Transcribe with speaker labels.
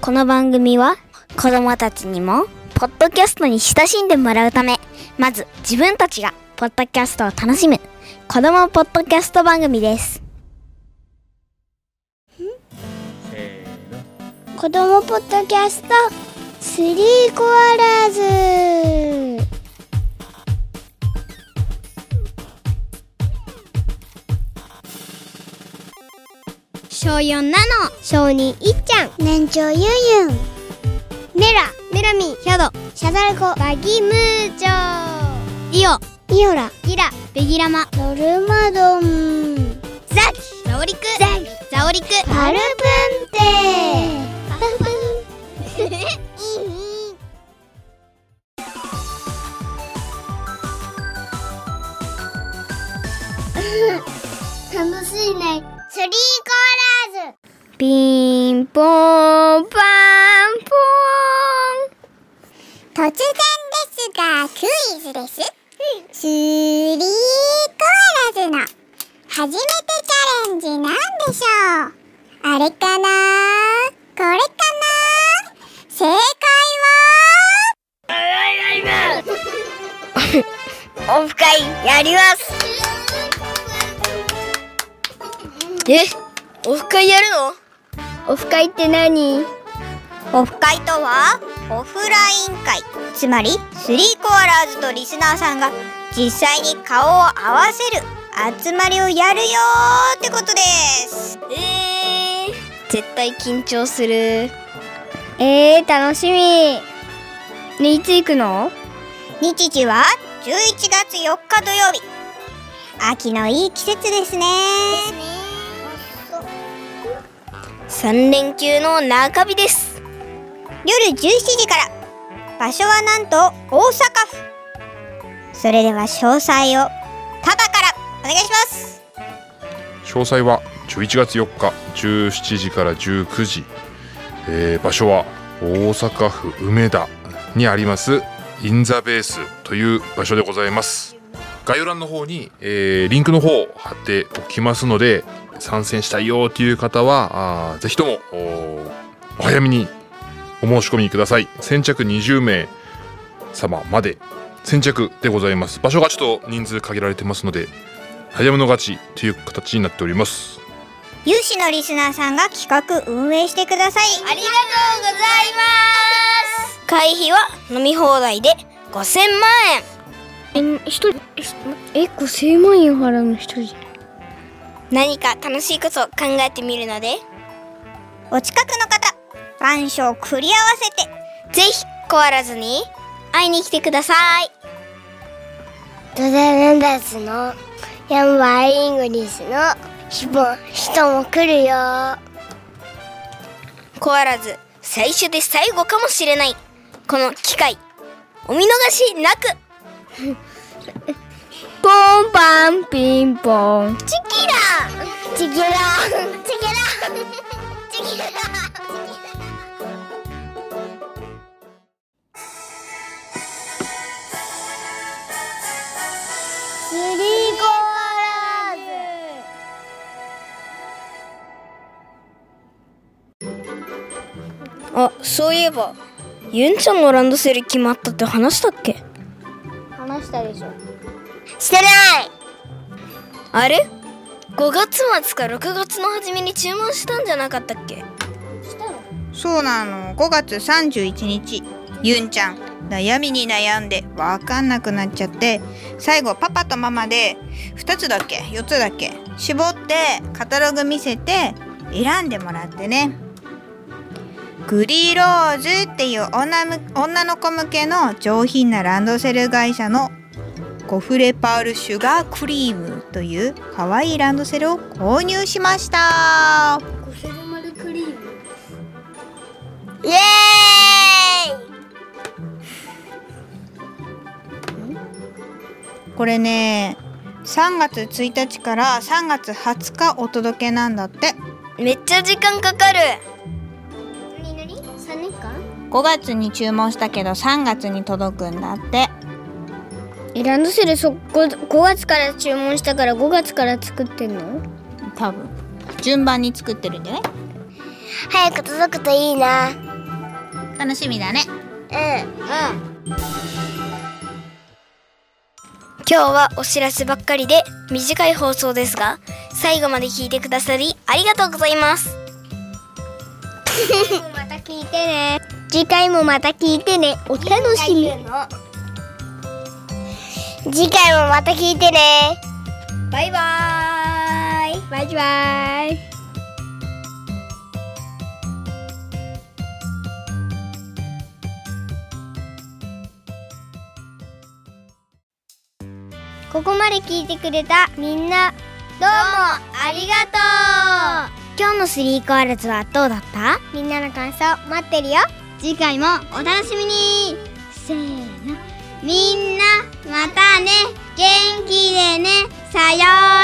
Speaker 1: この番組は子どもたちにもポッドキャストに親しんでもらうためまず自分たちがポッドキャストを楽しむ子どもポッドキャスト番組です
Speaker 2: せーの
Speaker 1: 子どもポッドキャスト3コアラーズ小4なの小2いっちゃん年長ゆうゆんメラメラミヒャドシャザルコバギムーチョリオイオラギラベギラマノルマドンザキザオリクザキザオリクパルプンテパルプン楽しいねスリーコーラーズ ピンポンパンポン突然ですがクイズです、スリーコーラーズの初めてチャレンジなんでしょうあれかなこれかな正解は
Speaker 3: オフ会やりますえオフ会やるのオフ会って何オフ会とはオフライン会つまりスリーコアラーズとリスナーさんが実際に顔を合わせる集まりをやるよーってことですえー、絶対緊張するえー、楽しみねいつ行くの日時は11月4日土曜日秋のいい季節ですね3連休の中日です夜17時から場所はなんと大阪府それでは詳細をパパからお願いします
Speaker 2: 詳細は11月4日17時から19時、えー場所は大阪府梅田にありますインザベースという場所でございます概要欄の方に、えーリンクの方を貼っておきますので参戦したいよという方はあーぜひともおお早めにお申し込みください先着20名様まで先着でございます場所がちょっと人数限られてますので早めの勝ちという形になっております
Speaker 3: 有志のリスナーさんが企画運営してくださいありがとうございます会費は飲み放題で5000万円
Speaker 4: え、一人、え、5000万円払うの一人
Speaker 3: 何か楽しいことを考えてみるのでお近くの方願書を繰り合わせてぜひ壊らずに会いに来てください
Speaker 4: ドダランダーズのヤンバーイングリスの人も人も来るよ
Speaker 3: 壊らず最初で最後かもしれないこの機会お見逃しなく
Speaker 4: ポンパンピンポン
Speaker 3: チキラ
Speaker 4: チキラ
Speaker 1: スリーコアラーズ
Speaker 3: あそういえばゆんちゃんのランドセル決まったって話したっけ
Speaker 1: 話したでしょ
Speaker 3: してないあれ5月末か6月の初めに注文したんじゃなかったっけ
Speaker 5: そうなの5月31日ゆんちゃん悩みに悩んでわかんなくなっちゃって最後パパとママで2つだっけ4つだっけ絞ってカタログ見せて選んでもらってねグリーローズっていう女む女の子向けの上品なランドセル会社のゴフレパールシュガークリームという可愛いランドセルを購入しました
Speaker 3: イエーイ
Speaker 5: これね3月1日から3月20日お届けなんだって
Speaker 3: めっちゃ時間かかる
Speaker 5: 5月に注文したけど3月に届くんだって
Speaker 4: え、ランドセルそこ5月から注文したから5月から作ってんの
Speaker 5: 多分順番に作ってるんじゃない
Speaker 4: 早く届くといいな
Speaker 6: 楽しみだね
Speaker 5: 今日はお知らせばっかりで短い放送ですが最後まで聞いてくださりありがとうござ います
Speaker 3: また聞いてね次回もまた聞いてねお楽しみ
Speaker 5: 次回もまた聞いてね
Speaker 3: バイバイバイバイここまで聞いてくれたみんなどうもありがとう今日のスリーコアラズはどうだったみんなの感想待ってるよ次回もお楽しみにせーのみんなまたね元気でねさようなら